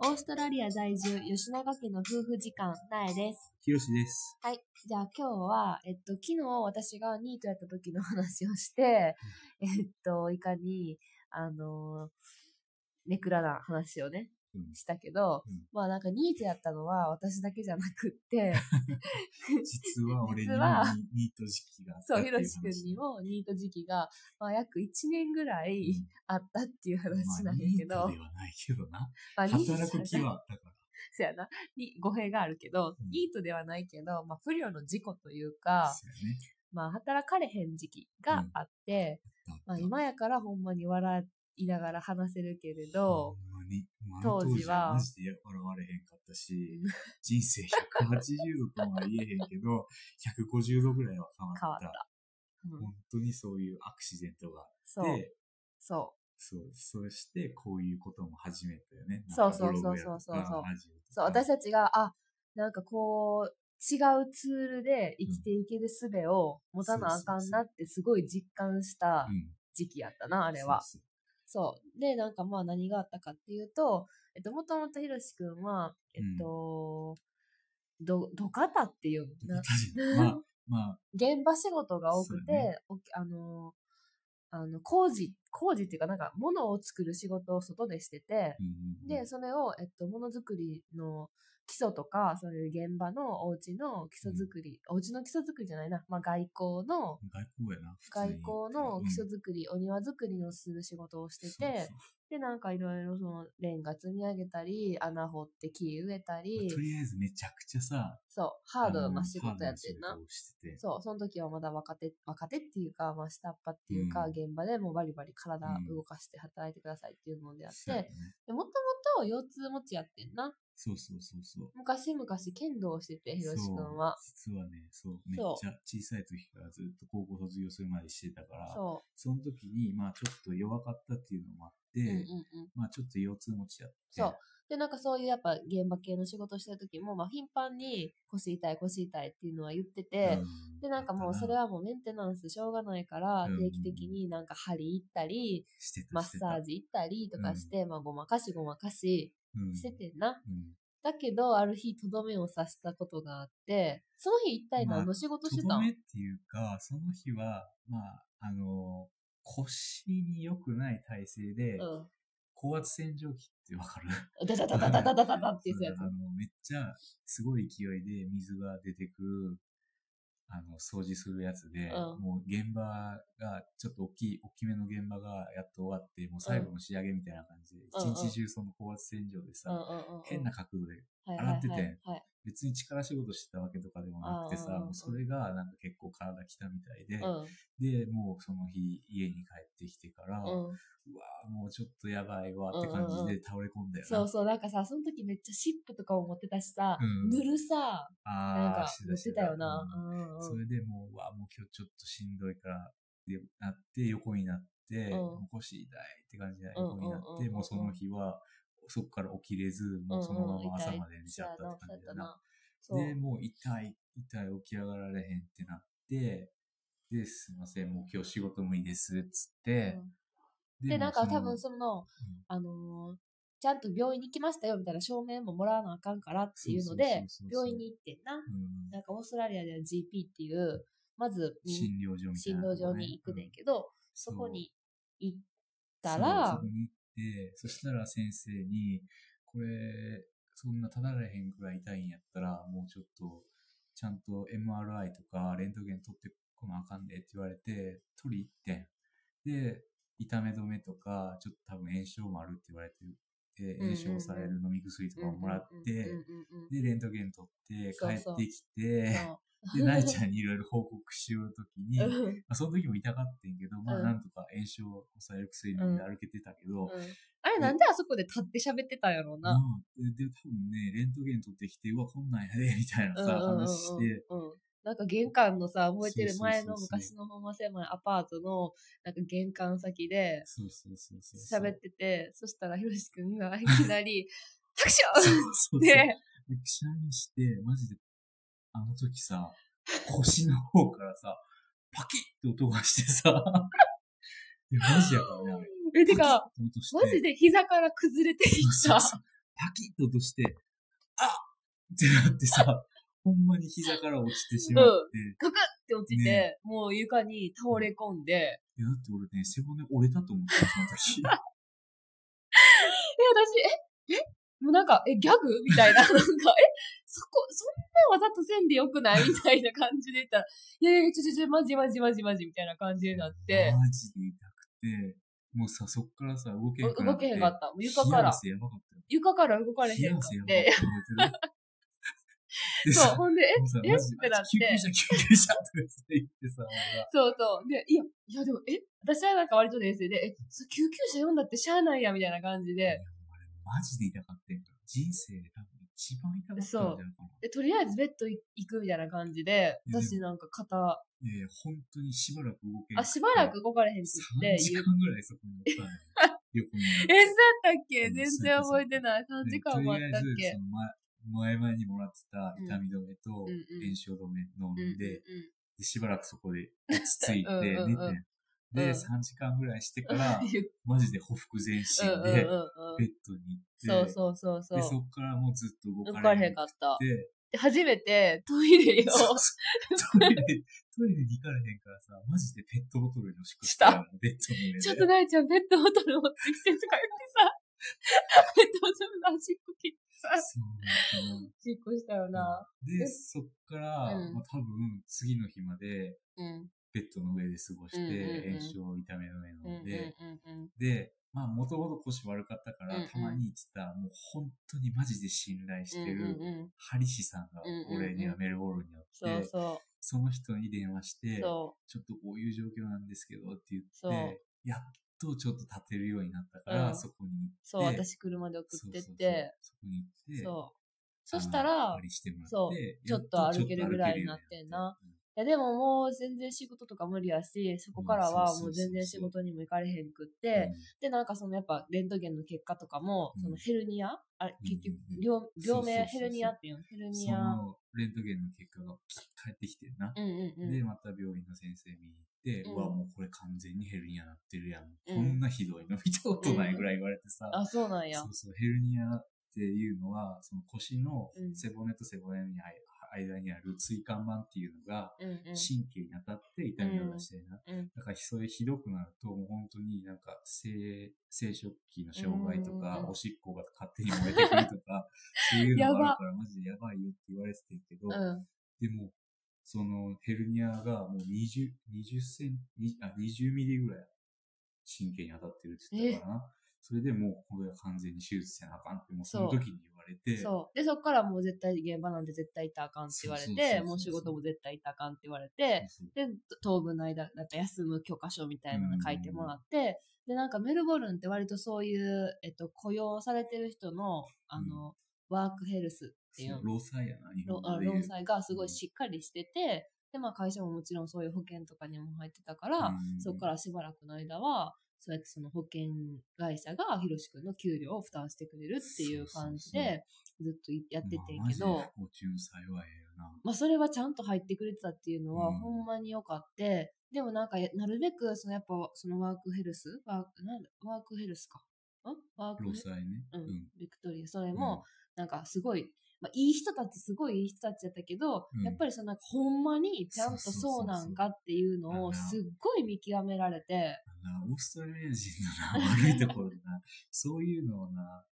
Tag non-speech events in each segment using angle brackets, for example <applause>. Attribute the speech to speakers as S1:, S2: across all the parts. S1: オーストラリア在住、吉永家の夫婦時間、なえです。
S2: ひろしです。
S1: はい。じゃあ今日は、えっと、昨日私がニートやった時の話をして、えっと、いかに、あの、ネクラな話をね、
S2: うん
S1: したけど、
S2: うん
S1: まあなんかニートやったのは私だけじゃなく
S2: <laughs>
S1: って、
S2: 実は俺に
S1: 実は
S2: ニート時期があった
S1: そ
S2: っ
S1: う、ひ
S2: てい話
S1: ろしくんにもニート時期が、まあ約1年ぐら
S2: う
S1: い
S2: ん
S1: あったっていう話な
S2: まあ
S1: んやけ
S2: ニー
S1: ど
S2: トで、はないけどな。
S1: まあニート
S2: 働く気はあったから。
S1: そやな。に、語弊があるけど、
S2: うん
S1: ニートではないけど、まあ、不慮の事故というか、
S2: そうやね
S1: まあ、働かれへん時期があって、
S2: だった
S1: まあ、今やからほんまに笑いながら話せるけれど
S2: ほ、んまにまあ
S1: 当時は
S2: マジで笑われへんかったし、人生180度とは言えへんけど、150度ぐらいは変わった。
S1: 変わうん
S2: 本当にそういうアクシデントがあ
S1: そう、
S2: って、
S1: そ
S2: そう、そしてこういうことも始めたよね。
S1: そうそうそうそうそうそう
S2: なんかブログやとかラジオとか
S1: う。そう、私たちが、あ、なんかこう、違うツールで生きていける術を持たなあかんなってすごい実感した
S2: うん
S1: 時期やったな、あれは。
S2: そう
S1: そう。で、なんかまあ何があったかっていうと、えっと、もともとひろしくんは、えっと、ど、どかたっていう
S2: そう
S1: のな <laughs>
S2: まあ、まあ、
S1: 現場仕事が多くて、
S2: そうや
S1: おきあの、あの、工事、工事っていうかなんか物を作る仕事を外でしてて
S2: う、んうんうん
S1: で、それを、えっと、ものづくりの基礎とか、そういう現場のお家の基礎づくり、お家の基礎づくりじゃないな、まあ外交の、
S2: 外交やな。普通
S1: 外
S2: に
S1: 交の基礎づくり、お庭づくりをする仕事をしてて、で、なんかいろいろそのレンガ積み上げたり、穴掘って木植えた
S2: うん
S1: り
S2: と、りあえずめちゃくちゃさ、
S1: そう、ハー
S2: あ
S1: ド
S2: の
S1: な仕事やってん
S2: ハ
S1: な
S2: ード。な仕事をしてて
S1: そう、その時はまだ若手、若手っていうか、まあ下っ端っていうか、
S2: うん
S1: 現場でもうバリバリ体
S2: うん
S1: 動かして働いてくださいっていうのであっ
S2: そうやね
S1: て、でもともと腰痛持ちやってんな。
S2: そうそうそうそう。
S1: 昔々剣道をしてて、ひろしくんは。
S2: そう実はね、そう、めっ
S1: そう
S2: ちゃ小さい時からずっと高校卒業するまでしてたから、そ
S1: そ
S2: の時に、まあちょっと弱かったっていうのもあって、
S1: う。うんうんうん。
S2: まあちょっと腰痛持ちやって、
S1: そうで、なんかそういうやっぱ現場系の仕事をしてる時も、まあ頻繁に腰痛い腰痛いっていうのは言ってて、
S2: うん
S1: で、なんかもうそれはもうメンテナンスしょうがないから
S2: うん、
S1: 定期的になんか針行ったり、
S2: してた
S1: マッサー
S2: ジ
S1: ジ行ったりとかして、まあごまかしごまかしして、てんな。
S2: うんうん
S1: だけど、ある日とどめを刺したことがあって、その日一体何の仕事して
S2: と
S1: た
S2: ど
S1: ん、
S2: めっていうか、その日は、まあ、あの、腰に良くない体勢で、高圧洗浄機ってわかる
S1: うん。ダダダダダダダダダってやつやつ
S2: あ。のめっちゃすごい勢いで水が出てくる、あの、掃除するやつで、
S1: うん
S2: もう現場が、ちょっと大きい、大きめの現場がやっと終わって、もう最後の仕上げみたいな感じで、
S1: うん
S2: 一日中その高圧洗浄でさ、
S1: うんうんうん。
S2: 変な角度で、
S1: はい
S2: 洗ってて
S1: はいはい
S2: 別に力仕事してたわけとかでもなくてさ、
S1: うんうんうん
S2: もうそれがなんか結構体きたみたいで、
S1: はい。
S2: で、もうその日家に帰ってきてから、
S1: う
S2: うわ
S1: ん。うん。
S2: ぁもうちょっとやばいわって感
S1: うんうん
S2: じ
S1: う
S2: で倒れ込んだよな。
S1: そうそう、なんかさ、その時めっちゃシップとかも持ってたしさ、
S2: うん
S1: 塗るさ、
S2: あー
S1: なんか
S2: して
S1: 持
S2: た
S1: っ
S2: してた
S1: たよな。
S2: う
S1: うんんうん
S2: それでもう、うわもう今日ちょっとしんどいから、で、なって、横になって、
S1: うん
S2: 腰痛いって感じで、
S1: うんうん
S2: 横にな
S1: うん
S2: っ
S1: うんう
S2: て、
S1: ん
S2: もうその日は、そこから起きれず、もうそのまま朝まで寝ちゃったって感じだな。。
S1: そうや
S2: で、
S1: な
S2: もう痛い、痛い、起き上がられへんってなって、で、すいません、もう今日仕事無理です、っつっ
S1: そう
S2: て
S1: う。んで、なんか多分
S2: そ
S1: その、あのーちゃんと病院に来ましたよみたいな証明ももらわなあかんからっていうので
S2: そうそうそうそう、
S1: 病院に行ってんな。
S2: の、うん
S1: なんかオーストラリアでは GP っていう、まず、
S2: 診療所みたい
S1: 診
S2: な
S1: 療
S2: とこね、
S1: 所に行くねんけど、そこ
S2: そう
S1: に行ったら
S2: そうそ、こに行って、そしたら先生に、これ、そんなただれへんくらい痛いんやったら、もうちょっと、ちゃんと MRI とかレントゲン取ってこなあかんでって言われて、取り行ってん。で、痛め止めとか、ちょっと多分炎症もあるって言われてで、
S1: うんうんうん
S2: 炎症される飲み薬とかももらっ
S1: うんうん
S2: て、
S1: うんうんうん
S2: で、レントゲン取って、
S1: そう
S2: 帰
S1: そう
S2: ってきて、
S1: そう
S2: で、なえちゃんにいろいろ報告しようときに、
S1: う
S2: ま
S1: んうん
S2: あ、その時も痛かってんけど、ま
S1: う
S2: あ、
S1: ん
S2: なんとか炎症を抑える薬飲んで歩けてたけど、
S1: あれなんであそこで立って喋ってたんやろう
S2: ま
S1: な。
S2: あで、多分ね、レントゲン取ってきて、うわ、こんなんやで、みたいなさ、
S1: うんうんうんうん
S2: 話して、
S1: うんなんか玄関のさ、覚えてる
S2: そうそ
S1: 前
S2: うそうそう
S1: の昔のほんま狭いアパートの、なんか玄関先で、
S2: そうそうそうそう。
S1: 喋ってて、そしたらひろしくんがいきなり、拍手
S2: <laughs> そうそうそう。で、
S1: で、
S2: くしゃみして、マジで、あの時さ、腰の方からさ、パキッて音がしてさ、いや、マジやからね、あれ。
S1: え、て
S2: <laughs>
S1: か、
S2: パキッと落として
S1: マジで膝から崩れていっ
S2: そう
S1: た。
S2: そうパキッと落として、あってなってさ、ほんまに膝から落ちてしまって、
S1: ガクって落ちて、
S2: ね
S1: もう床に倒れ込んで、いや、
S2: いや、だって俺ね、背骨折れたと思って、
S1: <laughs>
S2: その時。
S1: 私、ええもうなんか、え、ギャグ <laughs> みたいな、なんか、え、そこ、そんなわざとせんでよくない <laughs> みたいな感じで言ったら、いやいや、ちょちょちょ、マジマジマジマジみたいな感じになって、
S2: マジで痛くて、もうさ、そっからさ、動けへんくな
S1: 動けへんかった。もう床か
S2: 冷や
S1: ら、
S2: 汗やばかったよ。
S1: 床から動かれへんかっ
S2: 冷や
S1: て、
S2: 汗やばかった。覚えてる <laughs> で
S1: そう、
S2: さ、
S1: ほんで、え、
S2: もうさ
S1: え
S2: マジ
S1: ってなって
S2: 救急車、救急車とか言ってさ、俺が
S1: そうそう。で、いや、いやでも、え、私はなんか割と冷静で、え、そ救急車呼んだってしゃあないや、みたいな感じで、
S2: マジで痛かったよ。人生で多分一番痛かったんじゃないかな。
S1: で、とりあえずベッドい行くみたいな感じで、
S2: うん
S1: 私なんか肩、
S2: いやいや、本当にしばらく動けな
S1: あ、しばらく動かれへんって言
S2: 3
S1: って
S2: 時
S1: 言う、
S2: 間ぐらいそこにいたのよ。横に。
S1: <laughs> え、そうやったっけ
S2: うん
S1: 全然覚えてない。3時間もあっ
S2: で
S1: たっ
S2: とりあえず
S1: け
S2: その前前々にもらってた痛み止めと
S1: うんうん
S2: 炎症止め飲ん
S1: うん
S2: で,、
S1: うん
S2: でしばらくそこで落ち着いて
S1: うんうんうん
S2: 寝て、
S1: うん
S2: で3時間ぐらいしてから
S1: うん。 <laughs> 言
S2: マジで匍匐前進
S1: ううんうん
S2: で
S1: うんう
S2: ベ
S1: ん。
S2: ッドに
S1: そ
S2: 行っ
S1: う
S2: て
S1: そうそうそ。
S2: でそうっからもうずっと動
S1: 動
S2: か
S1: か
S2: れ
S1: れへ
S2: へん
S1: ん
S2: く
S1: かった。
S2: て
S1: で、初めてトイレ
S2: そ
S1: を
S2: う、そうトイレトイレに行かれへんからさマジでペットボトルに押しくってたベッドの上で
S1: ちょっとなえちゃんペットボトル持ってきてとか言 <laughs> ってさ、ペットボトルの端っこ切ってさ、
S2: そうそう
S1: ちっこしたよな。
S2: で
S1: え
S2: そっから、
S1: うん
S2: まあ、多分次の日まで
S1: うん。
S2: ベッドの上で過ごして、
S1: うんうんうん
S2: 炎症を痛めの目
S1: うん
S2: な
S1: う
S2: の
S1: ん
S2: で、
S1: うんうん。
S2: で、まあ、もともと腰悪かったから、
S1: うんうん
S2: たまに言ってた、もう本当にマジで信頼して
S1: う
S2: る、
S1: んうんうん、
S2: ハリシさんが
S1: うんうんうん
S2: 俺にはメルボールンにあって、
S1: そうそ
S2: その人に電話して
S1: う、そ
S2: ちょっとこういう状況なんですけどって言
S1: そう
S2: って、やっとちょっと立てるようになったから、
S1: うん
S2: そこに行って、
S1: うそう私車で送ってって
S2: そうそうそうそこに行って、
S1: そう
S2: あ
S1: そ
S2: の
S1: したら
S2: あれしてもらって
S1: そう
S2: や
S1: ちょっと歩けるぐらいになってんな。いやでももう全然仕事とか無理やしそこからはもう全然仕事にも行かれへんくっ
S2: ちょ
S1: てで
S2: っと歩けるようになってうん
S1: なんかそのやっぱレントゲンの結果とかも
S2: うん
S1: そのヘルニアあれ結局
S2: うん
S1: 両両
S2: そうそうそう
S1: 名
S2: そう
S1: ヘルニアっていうのヘル
S2: そ
S1: ニア
S2: のレントゲンの結果が返ってきてんな。
S1: うんうん
S2: で、
S1: うん
S2: また病院の先生見に行って、
S1: う
S2: うんわ、もうこれ完全にヘルニアなってるやん。
S1: うん
S2: こんなひどいの見たことないぐらい言われてさ、
S1: あそうなんや
S2: そうそう、ヘルニアっていうのは、その腰の
S1: うん
S2: 背骨と背骨にあい間にある椎間板っていうのが、
S1: うんうん
S2: 神経に当たって痛みを出してるな。
S1: うん
S2: だから、それひどくなると、もう本当になんか生、生殖器の障害と
S1: う
S2: か
S1: ん、
S2: おしっこが勝手に燃えてくるとか、そういうのがあるから、マジでやばいよって言われてたけど、
S1: うん
S2: でも、そのヘルニアがもう20、20セン、にあ、20ミリぐらい神経に当たってるって言ってたからな。それでもうこれは完全に手術せなあかんって、もうその
S1: そう
S2: 時に言われて、
S1: そうでそこからもう絶対現場なんで絶対行ったらあかんって言われ
S2: そうそうそう
S1: て
S2: そう
S1: もう仕事も絶対行ったらあかんって言われて
S2: そう
S1: で、当分の間、なんか休む許可書みたいなの書いてもらって、で、なんかメルボルンって割とそういう、えっと、雇用されてる人の、あの、ワークヘルスっていう
S2: そう
S1: の、
S2: 労災やな、日
S1: 労
S2: 本
S1: あ
S2: で言う
S1: 労災がすごいしっかりしてて、で、まあ会社ももちろんそういう保険とかにも入ってたから、
S2: うん
S1: そこからしばらくの間は、そうやってその保険会社がひろしくんの給料を負担してくれるっていう感じで、ずっとやっててんけど、
S2: まあマジで不幸中の幸いやよな。
S1: まあ、それはちゃんと入ってくれてたっていうのは、
S2: うん
S1: ほんまによかってでもなんかやなるべくそのやっぱそのワークヘルスワークなんだワークヘルスかんワークヘ
S2: 労
S1: ルス、
S2: 災ね。
S1: うん
S2: うん。
S1: ビクトリアそれもなんかすごい、まあ、いい人たちすごいいい人たちやったけど、
S2: うん
S1: やっぱりそのなんかほんまにちゃんと
S2: そうそうそう
S1: そ
S2: そうう
S1: なんかっていうのを
S2: あら
S1: すっごい見極められて
S2: あのなオーストラリア人のな、悪いところでな、そういうのをな、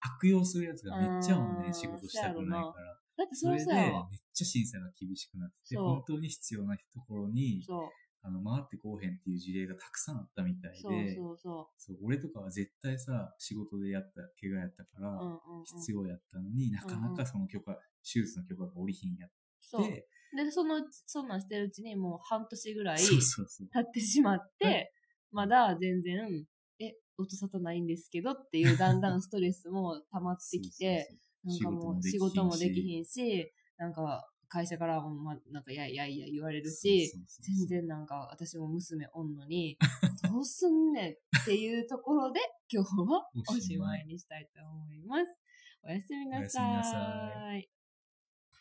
S2: 悪用するやつがめっちゃおん
S1: あー
S2: ね、仕事したくないから。
S1: だってそ
S2: そ
S1: れ
S2: れで
S1: さ
S2: めっちゃ審査が厳しくなってて、
S1: そう
S2: 本当に必要なところに
S1: そう
S2: あの回ってこうへんっていう事例がたくさんあったみたいで、
S1: そうそうそ
S2: そう俺とかは絶対さ、仕事でやった、怪我やったから
S1: う、うんうんうん、
S2: 必要やったのに、なかなかその許可、手術の許可が下りひんやっ
S1: そう
S2: て、
S1: でそのうちそんなんしてるうちにもう半年ぐらい
S2: そうそうそう。
S1: 経ってしまって、まだ全然、え、音沙汰ないんですけどっていう、だんだんストレスも溜まってきて、なんかもう仕
S2: 仕
S1: 事
S2: 事
S1: も
S2: も
S1: で
S2: で
S1: き
S2: き
S1: ひ
S2: ひ
S1: んし、なんか会社からも、ま、なんかやいやいや言われる
S2: そうそう
S1: し
S2: そう、そう
S1: 全然なんか私も娘おんのに、 <laughs> どうすんねんっていうところ
S2: <laughs>
S1: で、今日はおしまいにしたいと思います。おやすみなさ
S2: おやすみなさ
S1: ーい。